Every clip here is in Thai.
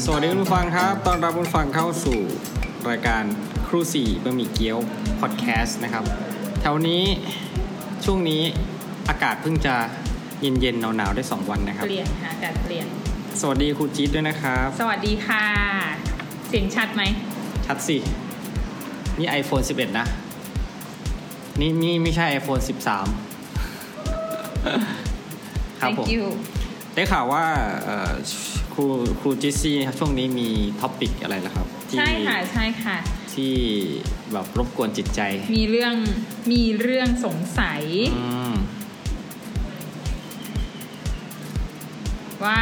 ตอนรับคุณฟังเข้าสู่รายการครูสี่บะหมี่เกี๊ยวพอดแคสต์นะครับ แถวนี้ช่วงนี้อากาศเพิ่งจะเย็นเย็นๆหนาวหนาวๆได้ 2 วันนะครับ เปลี่ยนค่ะจัดเปลี่ยน สวัสดีครูจี๊ดด้วยนะครับ สวัสดีค่ะ เสียงชัดไหม ชัดสิ นี่ iPhone 11 นะ นี่นี่ไม่ใช่ iPhone 13 ครับผ Thank ม you ได้ข่าวว่าเอ่อครูครูจิซี่ช่วงนี้มีท็อปิกอะไรนะครับ ที่ ใช่ค่ะใช่ค่ะ ที่แบบรบกวนจิตใจ มีเรื่องมีเรื่องสงสัย อืม ว่า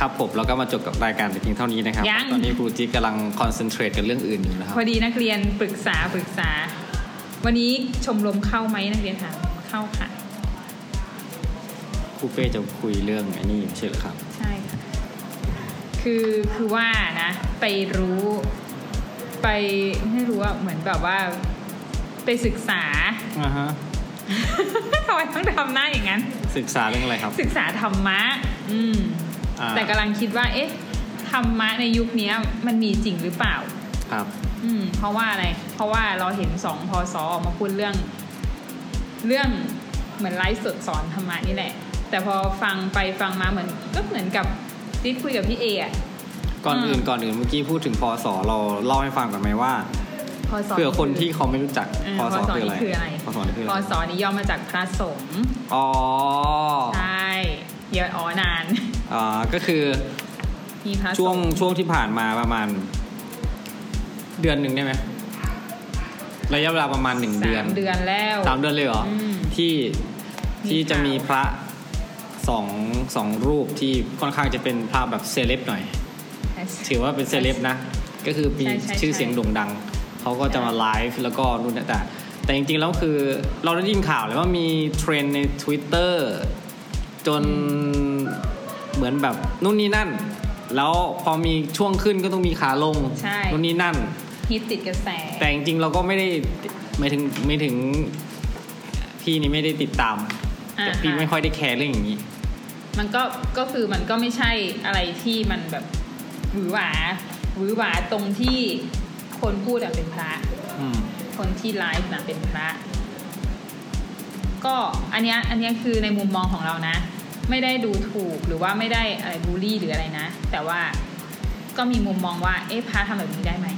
ครับผมแล้วก็มาจบกับรายการแต่เพียงเท่านี้นะครับ ยัง ตอนนี้ครูจิกำลังคอนเซนเทรตกับเรื่องอื่นอยู่นะครับ พอดีนักเรียนปรึกษาปรึกษา วันนี้ชมรมเข้าไหมนักเรียนถามเข้าค่ะ ครูเป้จะคุยเรื่องไอ้นี่ไม่ใช่เหรอครับ ใช่ค่ะ คือคือว่านะ ไปรู้ไปไม่รู้ว่าเหมือนแบบว่า ไปศึกษา อ่าฮะ ทำไมต้องทำหน้าอย่างนั้น ศึกษาเรื่องอะไรครับ ศึกษาธรรมะ อืม อ่า แต่กำลังคิดว่า เอ๊ะ ธรรมะในยุคเนี้ยมันมีจริงหรือเปล่า ครับ อืม เพราะว่าอะไร เพราะว่าเราเห็นสองพศออกมาพูดเรื่อง เรื่องเหมือนไลฟ์สดสอนธรรมะนี่แหละ แต่พอฟังไปฟังมาเหมือน ก็เหมือนกับติดคุยกับพี่เออะ ก่อนอื่น อืม ก่อนอื่นเมื่อกี้พูดถึงพศเราเล่าให้ฟังก่อนไหมว่า พศ เผื่อคนที่เขาไม่รู้จัก เออ พศ พศ คืออะไร นี่คืออะไร พศนี่คือ พ อะไร ศนี้ย่อมาจากพระสงฆ์ อ๋อ ใช่เดี๋ยวอ๋อนาน อ่าก็คือ มีพระสงฆ์ ช่วงช่วงที่ผ่านมาประมาณ เดือนหนึ่งได้ไหมระยะเวลาประมาณหนึ่ง สา เดือน มเดือนแล้ว สามเดือนเลยเหรอ อืม ที่ มี ที่จะ ข่าว มีพระสองสองรูปที่ค่อนข้างจะเป็นพระแบบเซเลบหน่อย ถือว่าเป็นเซเลบนะ ก็คือมี ใช่ใช่ ชื่อเสียงโด่งดัง เขาก็จะมาไลฟ์แล้วก็นู่นนนแต่ แต่จริงๆแล้วคือเราได้ยินข่าวเลยว่ามีเทรนด์ใน Twitter จนเหมือนแบบนู่นนี่นั่น แล้วพอมีช่วงขึ้นก็ต้องมีขาลง ใช่ นู่นนี่นั่น ฮิตติดกระแส แต่จริงๆเราก็ไม่ได้ไม่ถึงไม่ถึงพี่นี่ไม่ได้ติดตาม อ่า แต่พี่ อ่า ไม่ค่อยได้แคร์เรื่องอย่างนี้ มันก็ ก็คือมันก็ไม่ใช่อะไรที่มันแบบหวือหวาหวือหวาตรงที่คนพูดอะเป็นพระ อืม คนที่ไลฟ์นะเป็นพระ ก็อันเนี้ย อันเนี้ยคือในมุมมองของเรานะ ไม่ได้ดูถูกหรือว่าไม่ได้อะไรบูลลี่หรืออะไรนะ แต่ว่าก็มีมุมมองว่า เอ๊ะพระทำแบบนี้ได้ไหม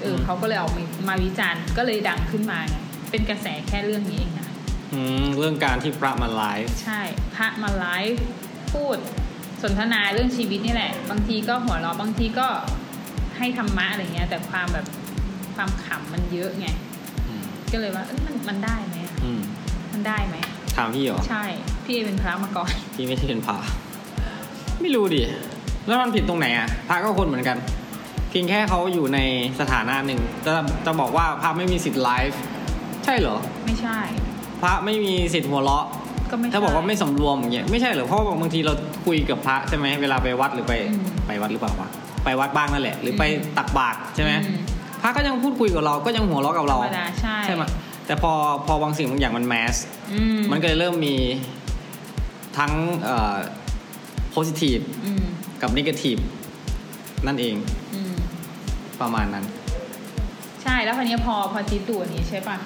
เออเขาก็เลยเอามามาวิจารณ์ ก็เลยดังขึ้นมาไงเป็นกระแสแค่เรื่องนี้เองนะ อืมเรื่องการที่พระมาไลฟ์ ใช่พระมาไลฟ์พูดสนทนาเรื่องชีวิตนี่แหละ บางทีก็หัวเราะบางทีก็ให้ธรรมะอะไรเงี้ย แต่ความแบบความขำมันเยอะไง อืม ก็เลยว่าเอ้ยมันมันได้ไหมอะ อืม มันได้ไหม ถามพี่เหรอ ใช่ พี่เอเป็นพระมาก่อน พี่ไม่ใช่เป็นพระไม่รู้ดิ แล้วมันผิดตรงไหนอ่ะพระก็คนเหมือนกัน เพียงแค่เขาอยู่ในสถานะหนึ่งจะจะบอกว่าพระไม่มีสิทธิ์ไลฟ์ใช่เหรอ ไม่ใช่ พระไม่มีสิทธิ์หัวเราะ ก็ไม่ใช่ ถ้าบอกว่าไม่สำรวมอย่างเงี้ยไม่ใช่เหรอเพราะว่าบางทีเราคุยกับพระใช่ไหมเวลาไปวัดหรือไป อืม ไปวัดหรือเปล่าวะไปวัดบ้างนั่นแหละ หรือไป อืม ตักบาตรใช่ไหม อืม พระก็ยังพูดคุยกับเราก็ยังหัวเราะกับ ธร เรา รมดาใช่ ใช่ไหมแต่พอพอบางสิ่งบางอย่างมันแมส อืม มันก็เลยเริ่มมีทั้งเอ่อ positive อืม กับ negative นั่นเอง อืม ประมาณนั้น ใช่แล้วคราวเนี้ยพอพอจีดดูอันนี้ใช่ปะ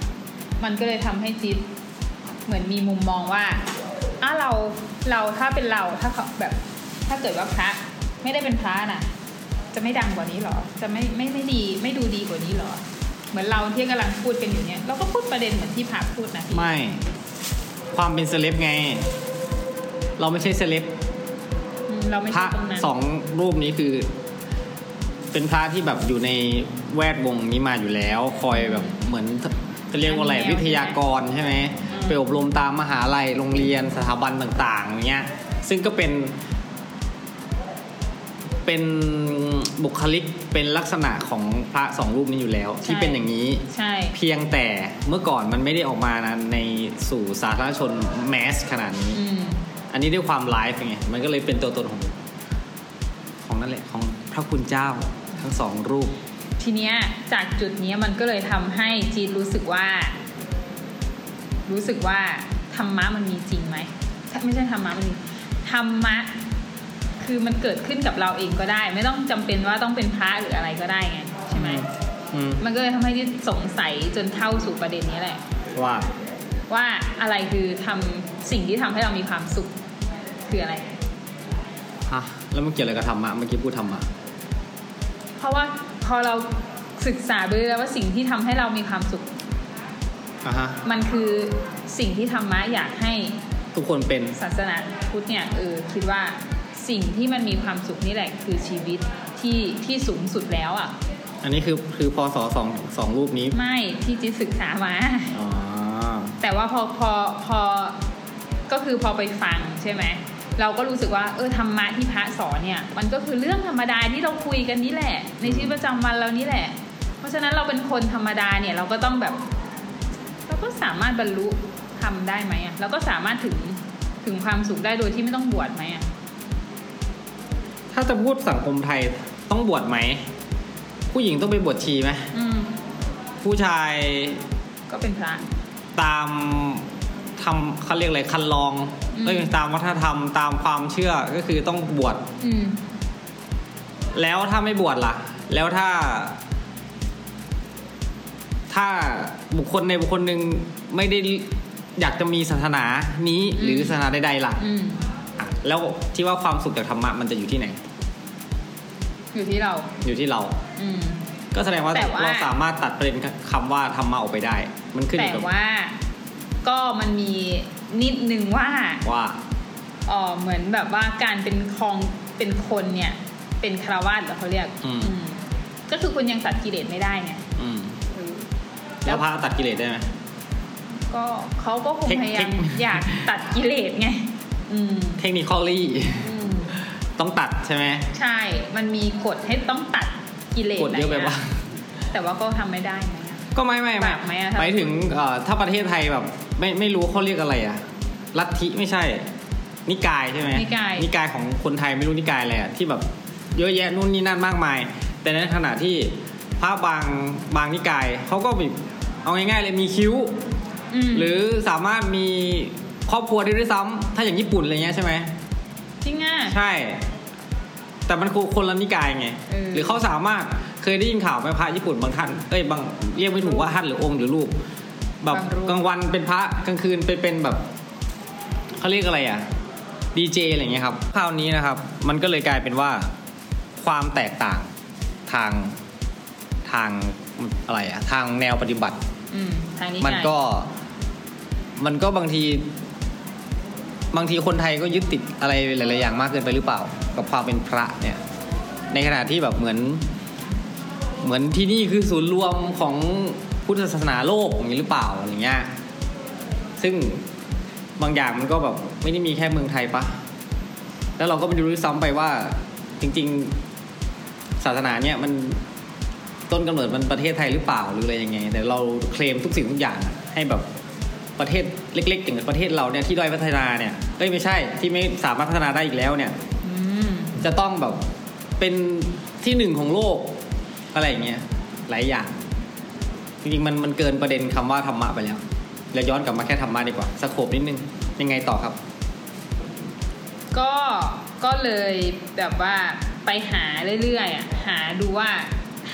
มันก็เลยทำให้จีดเหมือนมีมุมมองว่าอ้าเราเราถ้าเป็นเราถ้าเขาแบบ ถ้าเกิดว่าพระไม่ได้เป็นพระน่ะ จะไม่ดังกว่านี้หรอ จะไม่ไม่ไม่ดีไม่ดูดีกว่านี้หรอ เหมือนเราที่กำลังพูดกันอยู่เนี่ยเราก็พูดประเด็นเหมือนที่พระพูดนะพี่ ไม่ความเป็นเซเลบไง เราไม่ใช่เซเลบ อืมเราไม่ พ ใช่ ระ ตรงนั้น สองรูปนี้คือ เป็นพระที่แบบอยู่ในแวดวงนี้มาอยู่แล้ว คอยแบบเหมือนจะเรียกว่าอะไรวิทยากรใช่ไหมไปอบรมตามมหาลัยโรงเรียนสถาบันต่าง ๆ อย่างเงี้ย ซึ่งก็เป็น เป็นบุคลิกเป็นลักษณะของพระสองรูปนี้อยู่แล้ว ที่เป็นอย่างนี้ ใช่ เพียงแต่เมื่อก่อนมันไม่ได้ออกมานะในสู่สาธารณชนแมสขนาดนี้ อืม อันนี้ด้วยความไลฟ์ไงมันก็เลยเป็นตัวตนของ ของนั่นแหละของพระคุณเจ้าทั้งสองรูป ทีเนี้ยจากจุดเนี้ยมันก็เลยทำให้จีนรู้สึกว่า รู้สึกว่าธรรมะมันมีจริงไหมถ้าไม่ใช่ธรรมะมันมีธรรมะ คือมันเกิดขึ้นกับเราเองก็ได้ ไม่ต้องจำเป็นว่าต้องเป็นพระหรืออะไรก็ได้ไงใช่ไหม อืม มันก็เลยทำให้ที่สงสัยจนเข้าสู่ประเด็นนี้แหละ ว่า ว่าอะไรคือทำสิ่งที่ทำให้เรามีความสุขคืออะไร ฮะ แล้วมันเกี่ยวอะไรกับธรรมะเมื่อกี้พูดธรรมะ เพราะว่าพอเราศึกษาไปเรื่อยแล้วว่าสิ่งที่ทำให้เรามีความสุข อ่ะฮะ มันคือสิ่งที่ธรรมะอยากให้ ทุกคนเป็น ศาสนาพุทธเนี่ยเออคิดว่าสิ่งที่มันมีความสุขนี่แหละคือชีวิตที่ที่สูงสุดแล้วอ่ะ อันนี้คือคือพอสอสองสองรูปนี้ ไม่ที่จิตศึกษามา อ๋อ แต่ว่าพอพอพอก็คือพอไปฟังใช่ไหมเราก็รู้สึกว่าเออธรรมะที่พระสอนเนี่ย มันก็คือเรื่องธรรมดาที่เราคุยกันนี่แหละ ในชีวิตประจำวันเรานี่แหละ เพราะฉะนั้นเราเป็นคนธรรมดาเนี่ยเราก็ต้องแบบ เราก็สามารถบรรลุทำได้ไหมอ่ะเราก็สามารถถึงถึงความสุขได้โดยที่ไม่ต้องบวชไหมอ่ะ ถ้าจะพูดสังคมไทยต้องบวชไหม ผู้หญิงต้องไปบวชชีไหม อืม ผู้ชาย ก็เป็นพระ ตามทำเขาเรียกอะไรคันลอง อืม เอ้ยตามวัฒนธรรมตามความเชื่อก็คือต้องบวช อืม แล้วถ้าไม่บวชล่ะ แล้วถ้า ถ้าบุคคลในบุคคลหนึ่งไม่ได้อยากจะมีศาสนานี้ อืม หรือศาสนาใดๆล่ะ อืม อ่ะแล้วที่ว่าความสุขจากธรรมะมันจะอยู่ที่ไหน อยู่ที่เรา อยู่ที่เรา อืม ก็แสดงว่า แต่ว่า เราสามารถตัดประเด็นคำว่าธรรมะออกไปได้ มันขึ้นอ แต่ ยู่กับ ว่าก็มันมีนิดนึงว่า ว่า เอ่อเหมือนแบบว่าการเป็นคองเป็นคนเนี่ย เป็นคารวาสเหรอเขาเรียก อืม อืมก็คือคุณยังตัดกิเลสไม่ได้ไง อืม เออ แล้วพระตัดกิเลสได้ไหม ก็เขาก็คง เทค พยายาม เทค อยากตัดกิเลส ไง อืม เทคนิคอลี่ อืม ต้องตัดใช่ไหม ใช่มันมีกฎให้ต้องตัดกิเลส กดเยอะไป น ปะ แต่ว่าก็ทำไม่ได้ไงอะ ก็ไม่ไม่ไม่ ปากไหมอะถ้า หมายถึงเอ่อถ้าประเทศไทยแบบไม่ไม่รู้เขาเรียกอะไรอะลัทธิไม่ใช่ นิกายใช่ไหม นิกาย นิกายของคนไทยไม่รู้นิกายอะไรอะที่แบบเยอะแยะนู่นนี่นั่นมากมาย แต่ในขณะที่พระบางบางนิกายเขาก็แบบเอาง่ายๆเลยมีคิ้ว อืม หรือสามารถมีครอบครัวได้ด้วยซ้ำถ้าอย่างญี่ปุ่นอะไรเงี้ยใช่ไหม จริงอ่ะ ใช่ แต่มันคือคนละนิกายไง เออ หรือเขาสามารถเคยได้ยินข่าวไหมพระญี่ปุ่นบางท่าน เอ้ยบางเรียกไม่ถูกว่าท่านหรือองค์หรือลูก แบบกลางวันเป็นพระกลางคืนไปเป็นแบบเขาเรียกอะไรอ่ะดีเจอะไรเงี้ยครับคราวนี้นะครับ มันก็เลยกลายเป็นว่าความแตกต่างทางทางอะไรอ่ะทางแนวปฏิบัติ อืมทางนี้ มันก็มันก็บางที บางทีคนไทยก็ยึดติดอะไรหลาย ๆ อย่างมากเกินไปหรือเปล่า กับความเป็นพระเนี่ย ในขณะที่แบบเหมือน เหมือนที่นี่คือศูนย์รวมของพุทธศาสนาโลกอย่างนี้หรือเปล่าอย่างเงี้ยซึ่งบางอย่างมันก็แบบไม่ได้มีแค่เมืองไทยปะแล้วเราก็ไม่รู้ด้วยซ้ำไปว่า จริง ๆ ศาสนาเนี่ยมัน ต้นกำเนิดมันประเทศไทยหรือเปล่าหรืออะไรยังไง แต่เราเคลมทุกสิ่งทุกอย่างให้แบบประเทศเล็กๆอย่างประเทศเราเนี่ยที่ด้อยพัฒนาเนี่ยเอ้ยไม่ใช่ที่ไม่สามารถพัฒนาได้อีกแล้วเนี่ย อืม จะต้องแบบเป็นที่หนึ่งของโลกอะไรอย่างเงี้ยหลายอย่าง จริงๆมันมันเกินประเด็นคำว่าธรรมะไปแล้วแล้วย้อนกลับมาแค่ธรรมะดีกว่าสโคบนิดนึงยังไงต่อครับ ก็ก็เลยแบบว่าไปหาเรื่อยๆอ่ะหาดูว่า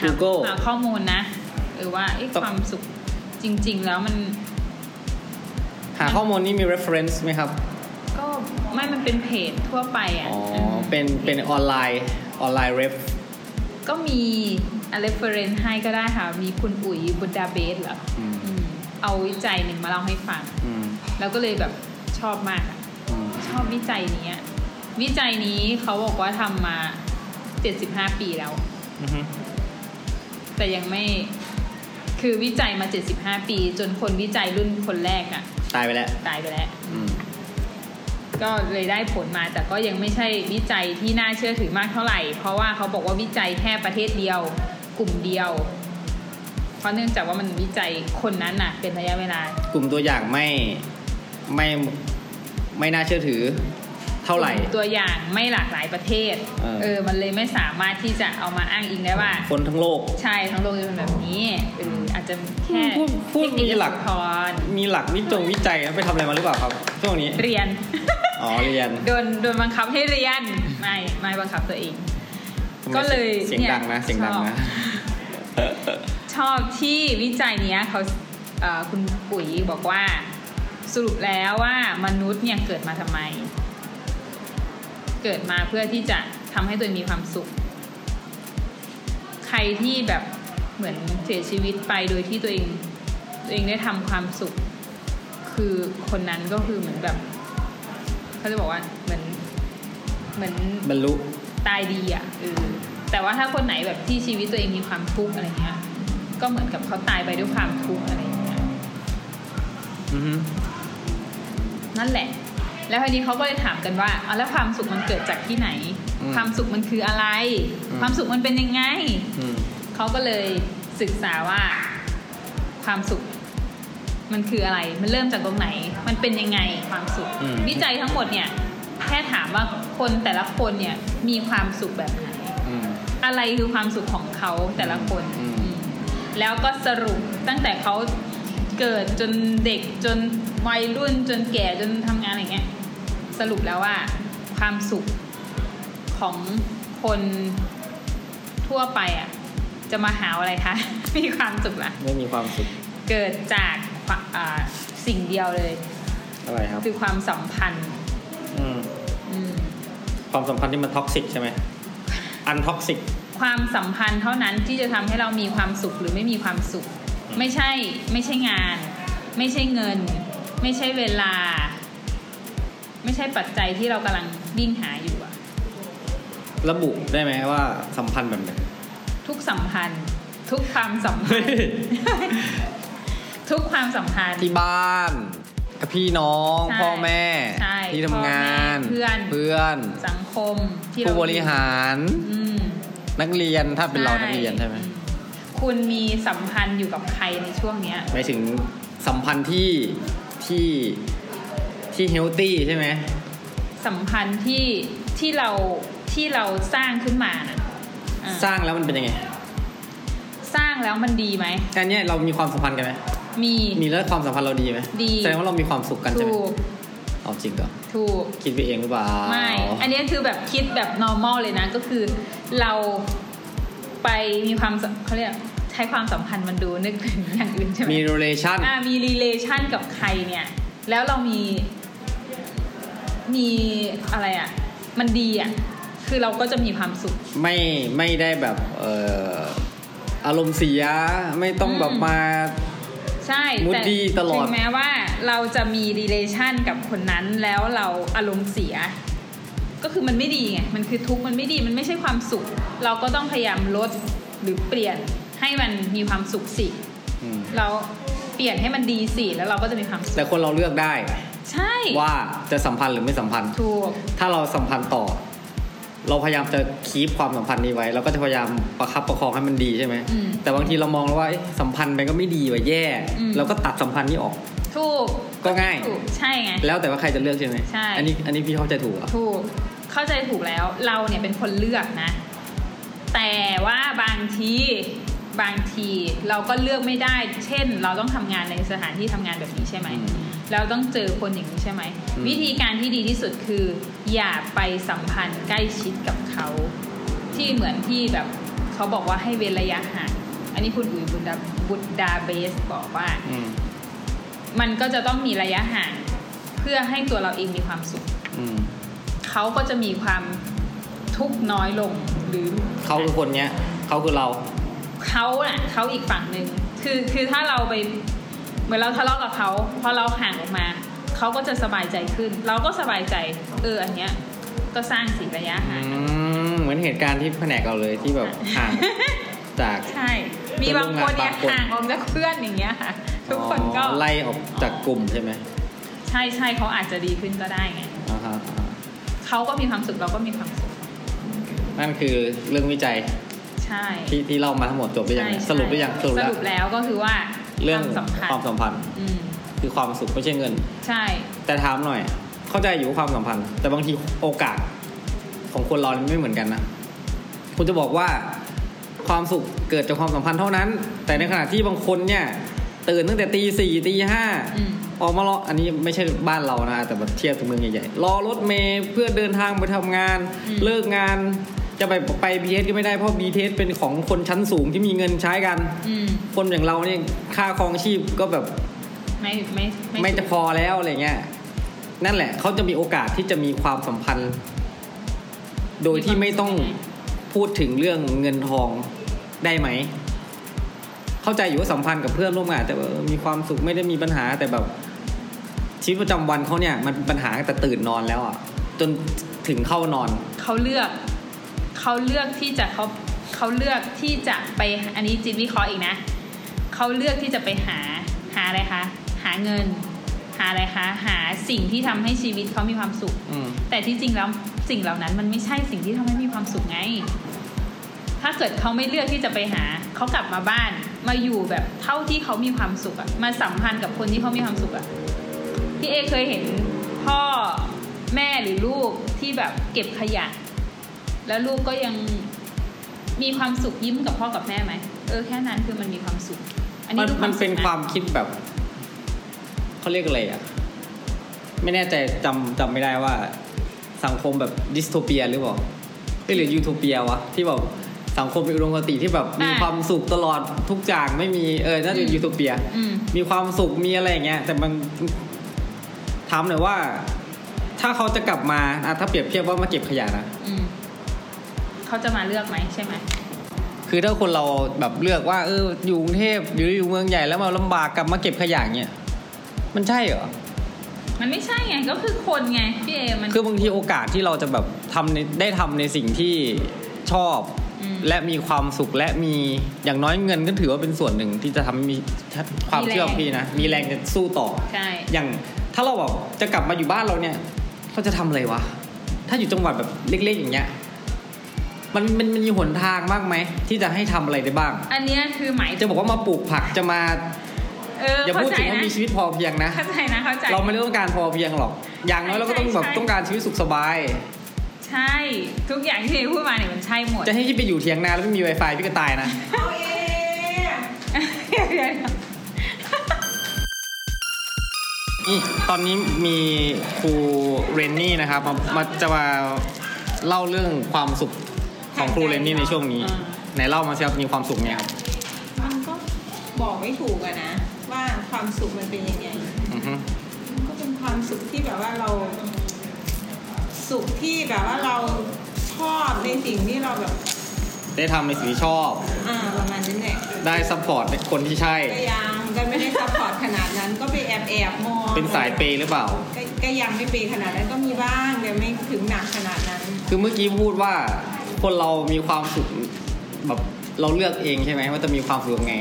หา Google หาข้อมูลนะเออว่าไอ้ ต้อง ความสุขจริง ๆ แล้วมัน หาข้อมูลนี่มี reference ไหมครับ ก็ไม่มันเป็นเพจทั่วไปอ่ะ อ๋อ ม เป็นเป็นออนไลน์ออนไลน์ ref ก็มีอะไรเฟรนให้ก็ได้ค่ะ มีคุณอุ๋ยบุดดาเบสเหรอ อืม อืมเอาวิจัยหนึ่งมาเล่าให้ฟัง อืม แล้วก็เลยแบบชอบมากอะ อืม ชอบวิจัยนี้อะวิจัยนี้เขาบอกว่าทำมา 75 ปีแล้ว อือฮึ แต่ยังไม่คือวิจัยมา 75 ปี จนคนวิจัยรุ่นคนแรกอะ่ะ ตายไปแล้ว ตายไปแล้ว ก็เลยได้ผลมาแต่ก็ยังไม่ใช่วิจัยที่น่าเชื่อถือมากเท่าไหร่ เพราะว่าเขาบอกว่าวิจัยแค่ประเทศเดียว กลุ่มเดียว เพราะเนื่องจากว่ามันวิจัยคนนั้นน่ะ เป็นระยะเวลา กลุ่มตัวอย่างไม่ไม่ไม่น่าเชื่อถือเท่าไหร่ ตัวอย่างไม่หลากหลายประเทศ เออ มันเลยไม่สามารถที่จะเอามาอ้างอิงได้ว่า คนทั้งโลก ใช่ทั้งโลกจะเป็นแบบนี้เอออาจจะแค่ พูดพูด เทคนิค มีหลัก สุนทร มีหลักวิจงวิจัยแล้วไปทำอะไรมาหรือเปล่าครับช่วงนี้ เรียน อ๋อเรียน โดนโดนบังคับให้เรียน ไม่ไม่บังคับตัวเอง ทำไม ก็เลย เสียง นี่ ดังนะเสียงดังนะ ชอบชอบที่วิจัยเนี้ยเขาเอ่อคุณปุ๋ยบอกว่า สรุปแล้วว่ามนุษย์เนี่ยเกิดมาทำไม เกิดมาเพื่อที่จะทำให้ตัวเองมีความสุข ใครที่แบบเหมือนเสียชีวิตไปโดยที่ตัวเอง ตัวเองได้ทำความสุข คือคนนั้นก็คือเหมือนแบบเขาจะบอกว่าเหมือนเหมือน บรรลุ ตายดีอ่ะเออแต่ว่าถ้าคนไหนแบบที่ชีวิตตัวเองมีความทุกข์อะไรเงี้ย ก็เหมือนกับเขาตายไปด้วยความทุกข์อะไรเงี้ย อือฮึ นั่นแหละ แล้วทีนี้เขาก็เลยถามกันว่าเอาแล้วความสุขมันเกิดจากที่ไหน ความสุขมันคืออะไร ความสุขมันเป็นยังไง อืม เขาก็เลยศึกษาว่าความสุขมันคืออะไร มันเริ่มจากตรงไหน มันเป็นยังไงความสุข วิจัยทั้งหมดเนี่ย แค่ถามว่าคนแต่ละคนเนี่ยมีความสุขแบบไหน อืม อะไรคือความสุขของเขาแต่ละคน อืม อืมแล้วก็สรุปตั้งแต่เขาเกิดจนเด็กจนวัยรุ่นจนแก่จนทำงานอะไรเงี้ย สรุปแล้วว่าความสุขของคนทั่วไปอ่ะ จะมาหาอะไรคะ มีความสุขละ ไม่มีความสุข เกิดจากควะอ่าสิ่งเดียวเลย อะไรครับ คือความสัมพันธ์ อืม อืม ความสัมพันธ์ที่มันท็อกซิกใช่ไหมอันท็อกซิก ความสัมพันธ์เท่านั้นที่จะทำให้เรามีความสุขหรือไม่มีความสุข อืม ไม่ใช่ไม่ใช่งาน ไม่ใช่เงิน ไม่ใช่เวลา ไม่ใช่ปัจจัยที่เรากำลังวิ่งหาอยู่อะ ระบุได้ไหมว่าสัมพันธ์แบบไหน ทุกสัมพันธ์ ทุกความสัมพั นธ์ ทุกความสัมพันธ์ ที่บ้านกับพี่น้อง ใช่ พ่อแม่ ใช่ ที่ทำงาน พ่อแม่เพื่อน เพื่อน สังคมที่ ผู้ เา บริหาร อืม นักเรียนถ้าเป็นเรานักเรียนใช่ไหม อืคุณมีสัมพันธ์อยู่กับใครในช่วงเนี้ย หมายถึงสัมพันธ์ที่ที่ที่เฮลตี้ใช่ไหม สัมพันธ์ที่ที่เราที่เราสร้างขึ้นมานะอ่า สร้างแล้วมันเป็นยังไง สร้างแล้วมันดีไหม อันเนี้ยเรามีความสัมพันธ์กันไหม มี มีแล้วความสัมพันธ์เราดีไหม ดี แสดงว่าเรามีความสุขกันใช่ไหม ถูก เอาจริงก็ ถูก คิดไปเองหรือเปล่า ไม่ อันนี้คือแบบคิดแบบ normal เลยนะ ก็คือเราไปมีความสัมเขาเรียกใช้ความสัมพันธ์มันดูนึกถึงอย่างอื่นใช่ไหม มี relation อ่ามี relation กับใครเนี่ย แล้วเรามี มีอะไรอะ่ะ มันดีอะ่ะ คือเราก็จะมีความสุข ไม่ไม่ได้แบบเอ่ออารมณ์เสียไม่ต้องแบบ อืม มา ใช่ มูด แต่ ดี้ตลอด ถึงแม้ว่าเราจะมี relation กับคนนั้นแล้วเราอารมณ์เสีย ก็คือมันไม่ดีไง มันคือทุกข์มันไม่ดี มันไม่ใช่ความสุข เราก็ต้องพยายามลดหรือเปลี่ยนให้มันมีความสุขสิ อืม เราเปลี่ยนให้มันดีสิแล้วเราก็จะมีความสุข แต่คนเราเลือกได้ ใช่ ว่าจะสัมพันธ์หรือไม่สัมพันธ์ ถูก ถ้าเราสัมพันธ์ต่อ เราพยายามจะคีปความสัมพันธ์นี้ไว้เราก็จะพยายามประคับประคองให้มันดีใช่ไหม อืม แต่บางทีเรามองแล้วว่าเอ๊ะสัมพันธ์ไปก็ไม่ดีว่ะแย่ อืม เราก็ตัดสัมพันธ์นี้ออก ถูก ก็ง่าย ถูกใช่ไง แล้วแต่ว่าใครจะเลือกใช่ไหม ใช่ อันนี้อันนี้พี่เข้าใจถูกเหรอ่ะ ถูกเข้าใจถูกแล้วเราเนี่ยเป็นคนเลือกนะ แต่ว่าบางทีบางทีเราก็เลือกไม่ได้ เช่น เราต้องทำงานในสถานที่ทำงานแบบนี้ใช่ไหมเราต้องเจอคนอย่างนี้ใช่ไหมวิธีการที่ดีที่สุดคือ อย่าไปสัมพันธ์ใกล้ชิดกับเขา ที่เหมือนที่แบบเขาบอกว่าให้เว้นระยะห่างอันนี้คุณอุ๋ยบุตรดาบุตรดาเบสบอกว่า อืม มันก็จะต้องมีระยะห่างเพื่อให้ตัวเราเองมีความสุข อืม เขาก็จะมีความทุกข์น้อยลงหรือ เขาคือคนเนี้ยเขาคือเรา เขาน่ะเขาอีกฝั่งหนึ่งคือคือถ้าเราไปเหมือนเราทะเลาะกับเขาพอเราห่างออกมา เขาก็จะสบายใจขึ้น เราก็สบายใจ เอออันเนี้ยก็สร้างสีระยะ อื ห่าง มเหมือนเหตุการณ์ที่แผนกเราเลยที่แบบห่างจาก ใช่ มีบางคนเนี่ย เพื่อนร่วมงานบางคน ห่างออกจากเพื่อนอย่างเงี้ยค่ะ ทุกคนก็ อ๋อไล่ออกจากกลุ่มใช่ไหม ใช่ใช่เขาอาจจะดีขึ้นก็ได้ไง อ่าฮะอ่าฮะ เขาก็มีความสุขเราก็มีความสุข นั่นคือเรื่องวิจัย ใช่ ที่ที่เล่ามาทั้งหมดจบไปยัง ใช่ เนี่ย ใช่ สรุปไปยังสรุป ส แล้ว รุปแล้วก็คือว่า เรื่อง คควาวามสัมพันม ธ์ สัมพันธ์ อืม คือความสุขไม่ใช่เงิน ใช่ แต่ถามหน่อย เข้าใจอยู่ว่าความสัมพันธ์ แต่บางทีโอกาสของคนเราไม่เหมือนกันนะคุณจะบอกว่าความสุขเกิดจากความสัมพันธ์เท่านั้น แต่ในขณะที่บางคนเนี่ย ตื่นตั้งแต่ตีสี่ตีห้า อืม ออกมารออันนี้ไม่ใช่บ้านเรานะ แต่แบบเทียบถึงเมืองใหญ่ๆรอรถเมล์เพื่อเดินทางไปทำงาน อืม เลิกงานจะไปไปบีเทสก็ไม่ได้เพราะบีเทสเป็นของคนชั้นสูงที่มีเงินใช้กัน อืม คนอย่างเราเนี่ยค่าครองชีพก็แบบ ไม่ไม่ ไม่จะพอแล้วอะไรเงี้ย นั่นแหละเขาจะมีโอกาสที่จะมีความสัมพันธ์ โดยที่ไม่ต้องพูดถึงเรื่องเงินทองได้ไหม เข้าใจอยู่ว่าสัมพันธ์กับเพื่อนร่วมงานแต่ว่าเออมีความสุขไม่ได้มีปัญหา แต่แบบชีวิตประจำวันเขาเนี่ย มันเป็นปัญหาตั้งแต่ตื่นนอนแล้วอ่ะ จนถึงเข้านอน เขาเลือก เขาเลือกที่จะเขาเขาเลือกที่จะไปอันนี้จิตวิเคราะห์อีกนะเขาเลือกที่จะไปหาหาอะไรคะหาเงิน หาอะไรคะหาสิ่งที่ทำให้ชีวิตเขามีความสุข อืม แต่ที่จริงแล้วสิ่งเหล่านั้นมันไม่ใช่สิ่งที่ทำให้มีความสุขไง ถ้าเกิดเขาไม่เลือกที่จะไปหา เขากลับมาบ้าน มาอยู่แบบเท่าที่เขามีความสุขอะมาสัมพันธ์กับคนที่เขามีความสุขอะพี่เอเคยเห็นพ่อแม่หรือลูกที่แบบเก็บขยะ แล้วลูกก็ยังมีความสุขยิ้มกับพ่อกับแม่ไหมเออแค่นั้นคือมันมีความสุข อัน มั นี้ น ดู มันเป็น สุขะ ความคิดแบบเขาเรียกอะไรอ่ะ ไม่แน่ใจจำจำไม่ได้ว่า สังคมแบบดิสโทเปียหรือเปล่าเอ้ยหรือยูโทเปียวะ ที่แบบสังคมเป็นอุดมคติที่แบบมีความสุขตลอดทุกอย่างไม่มีเออน่าจะยูโทเปีย อืม มีความสุขมีอะไรอย่างเงี้ย แต่มันถามหน่อยว่า ถ้าเขาจะกลับมาอะถ้าเปรียบเทียบว่ามาเก็บขยะนะ อืมเขาจะมาเลือกไหมใช่ไหม คือถ้าคนเราแบบเลือกว่าเอออยู่กรุงเทพหรืออยู่เมืองใหญ่แล้วมาลำบากกลับมาเก็บขยะเงี้ยมันใช่เหรอ มันไม่ใช่ไงก็คือคนไงพี่เอมัน คือบางทีโอกาสที่เราจะแบบทำในได้ทำในสิ่งที่ชอบ อืม และมีความสุขและมีอย่างน้อยเงินก็ถือว่าเป็นส่วนหนึ่งที่จะทำให้มีความ มีแรง เชื่อของพี่นะมีแรงจะสู้ต่อ ใช่ อย่างถ้าเราแบบจะกลับมาอยู่บ้านเราเนี่ย เราจะทำอะไรวะ ถ้าอยู่จังหวัดแบบเล็ก ๆ อย่างเงี้ยมันมันมันมีหนทางมากไหมที่จะให้ทำอะไรได้บ้าง อันเนี้ยคือหมายถึ จะ ง บอกว่ามาปลูกผักจะมา เออ อย่า เข้า พูด ใจ ถึงว่า นะ มีชีวิตพอเพียงนะ เข้าใจนะเข้าใจ เราไม่ได้ต้องการพอเพียงหรอก อย่างน้อยเราก็ต้องแบบ ใช่ใช่ ต้องการชีวิตสุขสบาย ใช่ ทุกอย่างที่เอพูดมาเนี่ยมันใช่หมด จะให้พี่ไปอยู่เถียงนาแล้วไม่มี Wi-Fi พี่ก็ตายนะ เอาเอง เดี๋ยวเดี๋ยวเดี๋ยว นี่ตอนนี้มีครูเรนนี่นะครับมามาจะมาเล่าเรื่องความสุขของครูเรนนี่ในช่วงนี้ไหนเล่ามาสิครับมีความสุขไงครับ มันก็บอกไม่ถูกอะนะ ว่าความสุขมันเป็นยังไง อือฮึ มันก็เป็นความสุขที่แบบว่าเรา สุขที่แบบว่าเราชอบในสิ่งที่เราแบบ ได้ทำในสิ่งที่ชอบ อ่าประมาณนี้แหละ ได้ซัพพอร์ตคนที่ใช่ ก็ยังก็ไม่ได้ซัพพอร์ตขนาดนั้นก็ไปแอบแอบๆมอง เป็นสายเปย์หรือเปล่า ก็ก็ยังไม่เปย์ขนาดนั้นก็มีบ้างแต่ไม่ถึงหนักขนาดนั้น คือเมื่อกี้พูดว่าคนเรามีความสุขแบบเราเลือกเองใช่ไหมว่าจะมีความสุขยังไง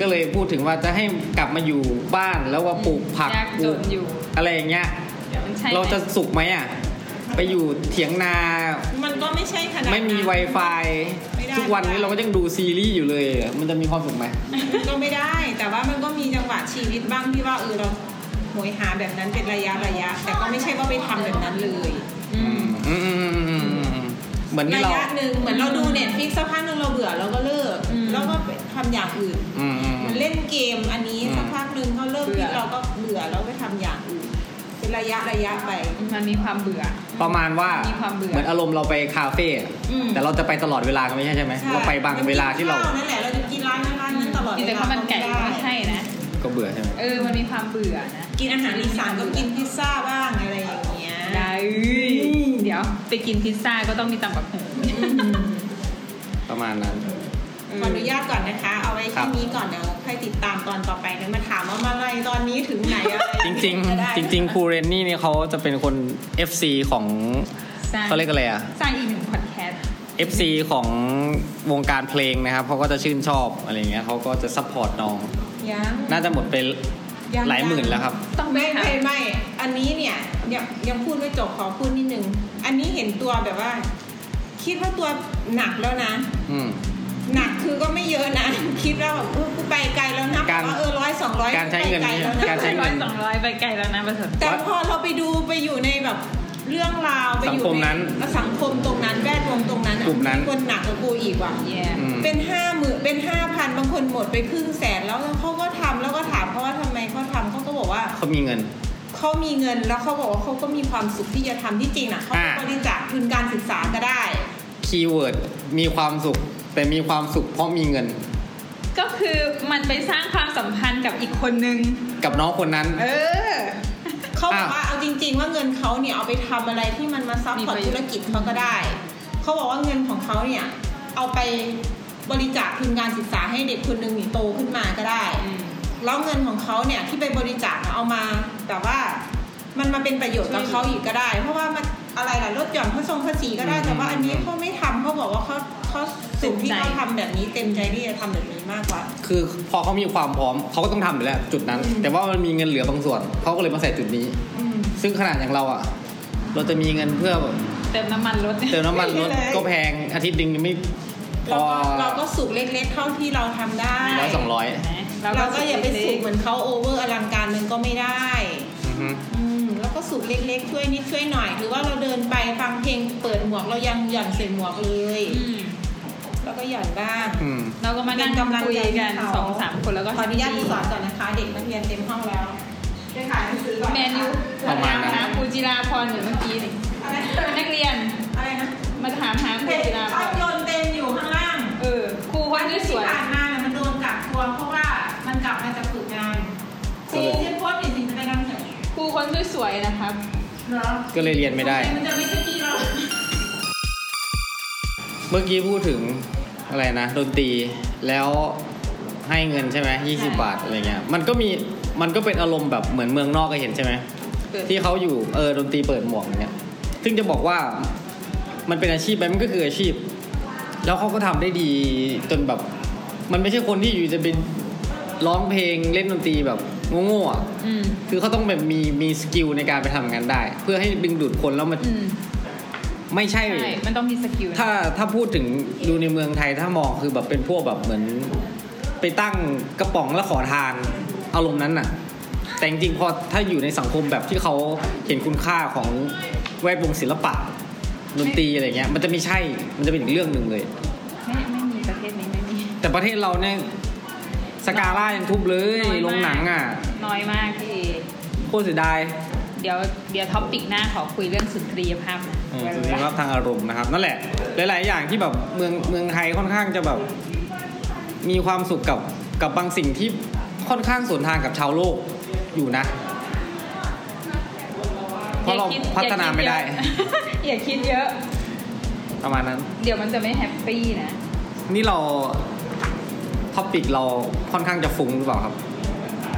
ก็เลยพูดถึงว่าจะให้กลับมาอยู่บ้านแล้วว่าปลูกผัก ยาก ป จ ลูก นอยู่ อะไรอย่างเงี้ย เดี๋ยวมันใช่ไหม เราจะสุขไหมอ่ะ ไปอยู่เถียงนา มันก็ไม่ใช่ขนาดนั้น ไม่มี Wi-Fi ไม่ได้ ทุกวันนี้เราก็ยังดูซีรีส์อยู่เลยอะมันจะมีความสุขไหม มันก็ไม่ได้ แต่ว่ามันก็มีจังหวะชีวิตบ้างที่ว่าเออเราโหยหาแบบนั้นเป็นระยะระยะ แต่ก็ไม่ใช่ว่าไปทำแบบนั้นเลย อืม อืมอืมอืมอืมอืมเหมือนที่ ระ เรา ยะหนึ่งเหมือนเราดูเน็ตฟิกสักพักหนึ่งเราเบื่อเราก็เลิกแล้วก็ไปทำอย่างอื่น อืมอืม เห อื มือ ม นเล่นเกมอันนี้ อืม สักพักหนึ่งเขาเลิกพิกเราก็เบื่อแล้วไปทำอย่างอื่น เป็นระยะระยะไป มันมีความเบื่อ ประมาณว่า มีความเบื่อ มือนอารมณ์เราไปคาเฟ่อะ อืม แต่เราจะไปตลอดเวลาก็ไม่ใช่ใช่ไหม ใช่ เราไปบางเวลาที่เรา กินข้วนั่นแหละเราจะกินร้านนั้นร้านนั้นตลอด กินแต่ เวลา ข้าวมันไก่ก็ไม่ใช่นะ ก็เบื่อใช่ไหม เออมันมีความเบื่อนะ กินอาหารอีสานก็กินพิซซ่าบ้างอะไรอย่างเงี้ย ได้เดี๋ยวไปกินพิซซ่าก็ต้องมีตำบักหุ่ง ประมาณนั้น ขออนุญาตก่อนนะคะ เอาไว้ ครั แค่ บ นี้ก่อนเดี๋ยวค่อยติดตามตอนต่อไปนะมาถามว่ามาอะไรตอนนี้ถึงไหนอะไร จริง ะได้ ๆ จริง ๆ ครูเรนนี่เนี่ยเขาจะเป็นคน FC ของ สร้าง เขาเรียกอะไรอะ สร้างอีกหนึ่งพอดแคสต์ FC ของวงการเพลงนะครับเขาก็จะชื่นชอบอะไรเงี้ยเขาก็จะซัพพอร์ตน้อง ยัง น่าจะหมดไป ยัง หลายหมื่นแล้วครับ ต้องไป ไม่ หา ไม่ไม่อันนี้เนี่ยยังยังพูดไม่จบขอพูดนิดนึง อันนี้เห็นตัวแบบว่า คิดว่าตัวหนักแล้วนะ อืม หนักคือก็ไม่เยอะนะ คิดว่าแบบเออกูไปไกลแล้วนะ การ ว่าเออร้อยสองร้อย การใช้เงิน ไปไกลแล้วนะ การใช้ ร้อยสองร้อยไปไกลแล้วนะประเสริฐ แต่พอเราไปดูไปอยู่ในแบบ เรื่องราวไปอยู่ สังคมนั้น ใสังคมตรงนั้นแวดวงตรงนั้นอะ กลุ่มนั้น มีคนหนักกว่ากูอีกว่ะ แย่ อืม เป็นห้าหมื่นเป็นห้าพันบางคนหมดไปครึ่งแสนแล้วแล้วเขาก็ทำแล้วก็ถามเขาว่าทำไมเขาทำเขาก็บอกว่า เขามีเงิน เขามีเงินแล้วเขาบอกว่าเขาก็มีความสุขที่จะทำที่จริงอ่ะเขาก็ อ่า บริจาคทุนการศึกษาก็ได้ คีย์เวิร์ดมีความสุข แต่มีความสุขเพราะมีเงิน ก็คือมันไปสร้างความสัมพันธ์กับอีกคนนึง กับน้องคนนั้น เออเขาบอ อ้าว กว่าเอาจริง ๆ ว่าเงินเขาเนี่ยเอาไปทำอะไรที่มันมาซัพพอร์ต มีประโยชน์ ธุรกิจเขาก็ได้เขาบอกว่าเงินของเขาเนี่ย เอาไปบริจาคทุนการศึกษาให้เด็กคนหนึ่งนี่โตขึ้นมาก็ได้ แล้วเงินของเขาเนี่ยที่ไปบริจาคเอามาแต่ว่ามันมาเป็นประโยชน์กับเขาอีกก็ได้ เพราะว่ามันอะไรล่ะลดหย่อนภาษีภาษีก็ได้ แต่ว่าอันนี้เขาไม่ทำเขาบอกว่าเขาเขาสิ่งที่เขาทำแบบนี้เต็มใจที่จะทำแบบนี้มากกว่า คือพอเขามีความพร้อมเขาก็ต้องทำอยู่แล้วจุดนั้น อืม แต่ว่ามันมีเงินเหลือบางส่วนเขาก็เลยมาใส่จุดนี้ อืม ซึ่งขนาดอย่างเราอ่ะ เราจะมีเงินเพื่อแบบ เติมน้ำมันรถเนี่ย เติมน้ำมันรถ ไม่มีเลย ก็แพงอาทิตย์หนึ่งยังไม่พ เรา อ ก็เราก็สูกเล็กๆเท่าที่เราทำได้ ร้อยสองร้อย เห็นไหม เราก็อย่าไปสูบเหมือนเขาโอเวอร์อลังการมันก็ไม่ได้ อือฮึ อืมแล้วก็สูบเล็กๆช่วยนิดช่วยหน่อย หรือว่าเราเดินไปฟังเพลงเปิดหมวกเรายังหย่อนใส่หมวกเลย อืม แล้วก็หย่อนบ้าง อืม เราก็มานั่ง เป็นกำลัง คุย ใจ กัน ให้เขา สองสามคนแล้วก็ ขออนุญาตคุณสอนก่อนนะคะ เด็กนักเรียนเต็มห้องแล้วไปขายหนังสือก่อน แมนยู ประมาณนั้น หปูจิราพรเหมือนเมื่อกี้นี่ อะไร นักเรียน อะไรนะ มาถามหาปู เด็ก จิราพ ภาพ ร ยนตร์เต็มอยู่ข้างล่าง เออครูคนที่สวย ที่ผ่านมาเนี่ยมันโดนกักตัวเพราะว่ามันกลับมาจากฝึกงาน ก็ ซี เลย เรียสโพสต์เนี่ยจริงๆจะไปนั่งไหน ครูคนที่สวยนะครับ เหรอ ก็เลยเรียนไม่ได้ มันจะไม่ใช่ที่เรา เมื่อกี้พูดถึงอะไรนะดนตรีแล้วให้เงินใช่ไหมยี่ ใช่ สิบบาทอะไรเงี้ยมันก็มีมันก็เป็นอารมณ์แบบเหมือนเมืองนอกก็เห็นใช่ไหม เกิด ที่เขาอยู่เออดนตรีเปิดหมวกอย่างเงี้ยซึ่งจะบอกว่ามันเป็นอาชีพไหมมันก็คืออาชีพ แล้วเขาก็ทำได้ดีจนแบบ มันไม่ใช่คนที่อยู่จะเป็นร้องเพลงเล่นดนตรีแบบโง่ๆอะ อืม คือเขาต้องแบบมีมีสกิลในการไปทำงานได้ เพื่อให้ดึงดูดคนแล้วมัน อืม ไม่ใช่ ใช่มันต้องมีสกิลนะ ถ้าถ้าพูดถึงดูในเมืองไทยถ้ามองคือแบบเป็นพวกแบบเหมือน ไปตั้งกระป๋องแล้วขอทานอารมณ์นั้นน่ะ แต่จริงๆพอถ้าอยู่ในสังคมแบบที่เขาเห็นคุณค่าของแวดวงศิลปะดนตรีอะไรเงี้ยมันจะไม่ใช่มันจะเป็นอีกเรื่องหนึ่งเลย ไม่ไม่มีประเทศนี้ไม่มี แต่ประเทศเราเนี่ยสกาล่ายังทุบเลย น้อลงยมากหนังอ่ะ น้อยมากพี่เอ โคตรเสียดาย เดี๋ยวเดี๋ยวท็อปปิกหน้าขอคุยเรื่องสุนทรียภาพนะ อืมสุดยอดทางอารมณ์นะครับ นั่นแหละ หลาย ๆ อย่างที่แบบเมืองเมืองไทยค่อนข้างจะแบบ มีความสุขกับกับบางสิ่งที่ค่อนข้างสวนทางกับชาวโลกอยู่นะ เพราะเรา อย่คิด พัฒนาไม่ได้ อย่าคิดเยอะ ประมาณนั้น เดี๋ยวมันจะไม่แฮปปี้นะ นี่เราท็อปิกเราค่อนข้างจะฟุ้งหรือเปล่าครับ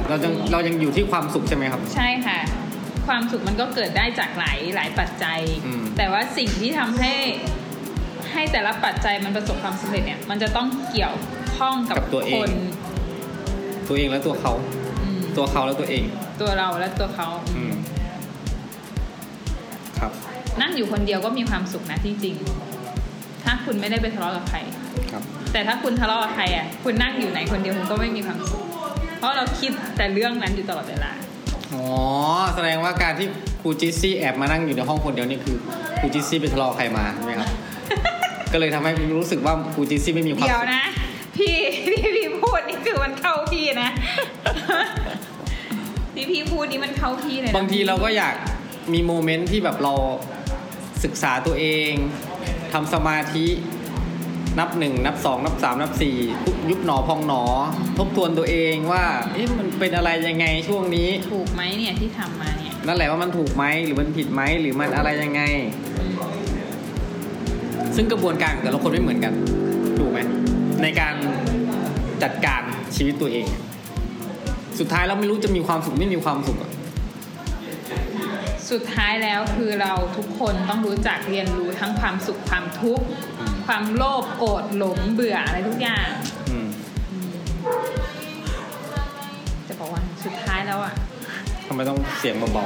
เรายังเรายังอยู่ที่ความสุขใช่ไหมครับ ใช่ค่ะ ความสุขมันก็เกิดได้จากหลายหลายปัจจัย อืม แต่ว่าสิ่งที่ทำให้ให้แต่ละปัจจัยมันประสบความสำเร็จเนี่ย มันจะต้องเกี่ยวข้องกับ กับตัวเอง คน ตัวเองและตัวเขา อืม ตัวเขาและตัวเอง ตัวเราและตัวเขา อืม ครับ นั่งอยู่คนเดียวก็มีความสุขนะจริง ๆ ถ้าคุณไม่ได้ไปทะเลาะกับใคร ครับ แต่ถ้าคุณทะเลาะกับใครอ่ะ คุณนั่งอยู่ไหนคนเดียวคุณก็ไม่มีความสุข เพราะเราคิดแต่เรื่องนั้นอยู่ตลอดเว ลา อ๋อ แสดงว่าการที่ครูจิสซี่แอบมานั่งอยู่ในห้องคนเดียวนี่คือครูจิสซี่ไปทะเลาะกับใครมาใช่ไหมครับ ก็เลยทำให้รู้สึกว่าครูจิสซี่ไม่มีความ เดี๋ยว สุข นะ พี่พี่พี่พูดนี่คือมันเข้าพี่นะ ที่พี่พูดนี่มันเข้าพี่เลยนะ บางทีเราก็อยากมีโมเมนต์ที่แบบเราศึกษาตัวเองทำสมาธินับหนึ่งนับสองนับสามนับสี่ยุบหนอพองหนอ ทบทวนตัวเองว่าเอ๊ะมันเป็นอะไรยังไงช่วงนี้ ถูกไหมเนี่ยที่ทำมาเนี่ย นั่นแหละว่ามันถูกไหมหรือมันผิดไหมหรือมันอะไรยังไง อืม ซึ่งกระบวนการของแต่ละคนไม่เหมือนกันถูกไหมในการจัดการชีวิตตัวเอง สุดท้ายแล้วไม่รู้จะมีความสุขไม่มีความสุขอะ สุดท้ายแล้วคือเราทุกคนต้องรู้จักเรียนรู้ทั้งความสุขความทุกข์ ความโลภโกรธหลงเบื่ออะไรทุกอย่าง อืม จะบอกว่าสุดท้ายแล้วอ่ะ ทำไมต้องเสียงเบา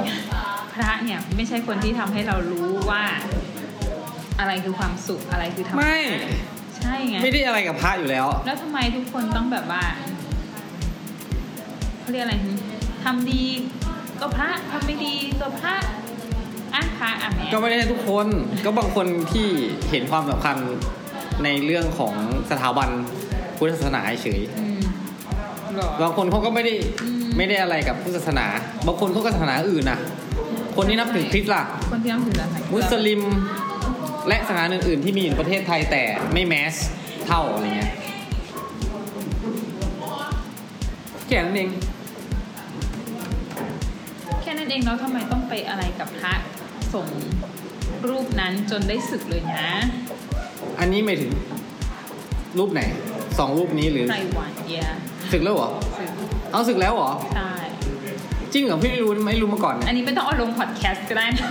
พระเนี่ยไม่ใช่คนที่ทำให้เรารู้ว่า อะไรคือความสุขอะไรคือธร ๆ รมะ ไม่ ใช่ไง ไม่ได้อะไรกับพระอยู่แล้ว แล้วทำไมทุกคนต้องแบบว่าเขาเรียกอะไรทำดีก็พระทำไม่ดีก็พระอ่ะพระอ่ะแหม่ ก็ไม่ได้ทุกคนก็บางคนที่เห็นความสำคัญในเรื่องของสถาบันพุทธศาสนาเฉย อืมหรอ บางคนเขาก็ไม่ได้ อืม ไม่ได้อะไรกับพุทธศาสนา บางคนเขาก็ศาสนาอื่นนะคนที่นับถือคริสต์ล่ะ คนที่นับถือศาสนา มุสลิมและศาสนาอื่น ๆ ที่มีอยู่ในประเทศไทยแต่ไม่แมสเท่าอะไรเงี้ยแค่นั้นเอง แค่นั้นเองแล้วทำไมต้องไปอะไรกับพระสงฆ์รูปนั้นจนได้ศึกเลยนะ อันนี้ไม่ถึงรูปไหนสองรูปนี้หรือ ไตรวันเยีย ศึกแล้วเหรอ ศึก เอาศึกแล้วเหรอ ใช่ จริงเหรอพี่ไม่รู้ไม่รู้มาก่อน อั เนี่ย นนี้ไม่ต้องเอาลงพอดแคสต์ก็ได้นะ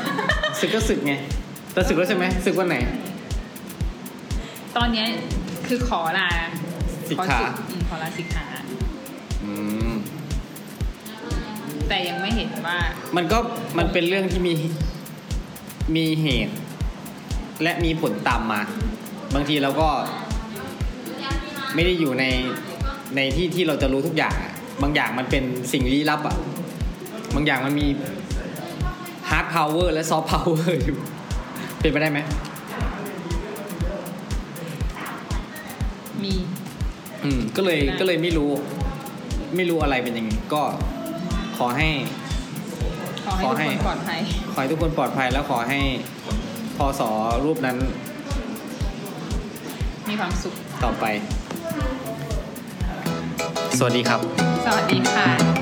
ศึกก็ศึกไงแต่ศึกแล้วใช่ไหมศึกวันไหน ตอนเนี้ยคือขอลา สิกขา ขออืมขอลาสิกขา อืม แต่ยังไม่เห็นว่า มันก็มันเป็นเรื่องที่มีมีเหตุ และมีผลตามมา บางทีเราก็ไม่ได้อยู่ในในที่ที่เราจะรู้ทุกอย่างอะบางอย่างมันเป็นสิ่งลี้ลับอ่ะบางอย่างมันมีฮาร์ดพาวเวอร์และซอฟต์พาวเวอร์อยู่เป็นไปได้ไหม มี อืมก็เลยก็เลยไม่รู้ ไม่รู้อะไรเป็นยังไงก็ขอให้ ขอให้ ขอให้ทุกคนปลอดภัย ขอให้ทุกคนปลอดภัยแล้วขอให้พอสอรูปนั้น มีความสุข ต่อไป สวัสดีครับ สวัสดีค่ะ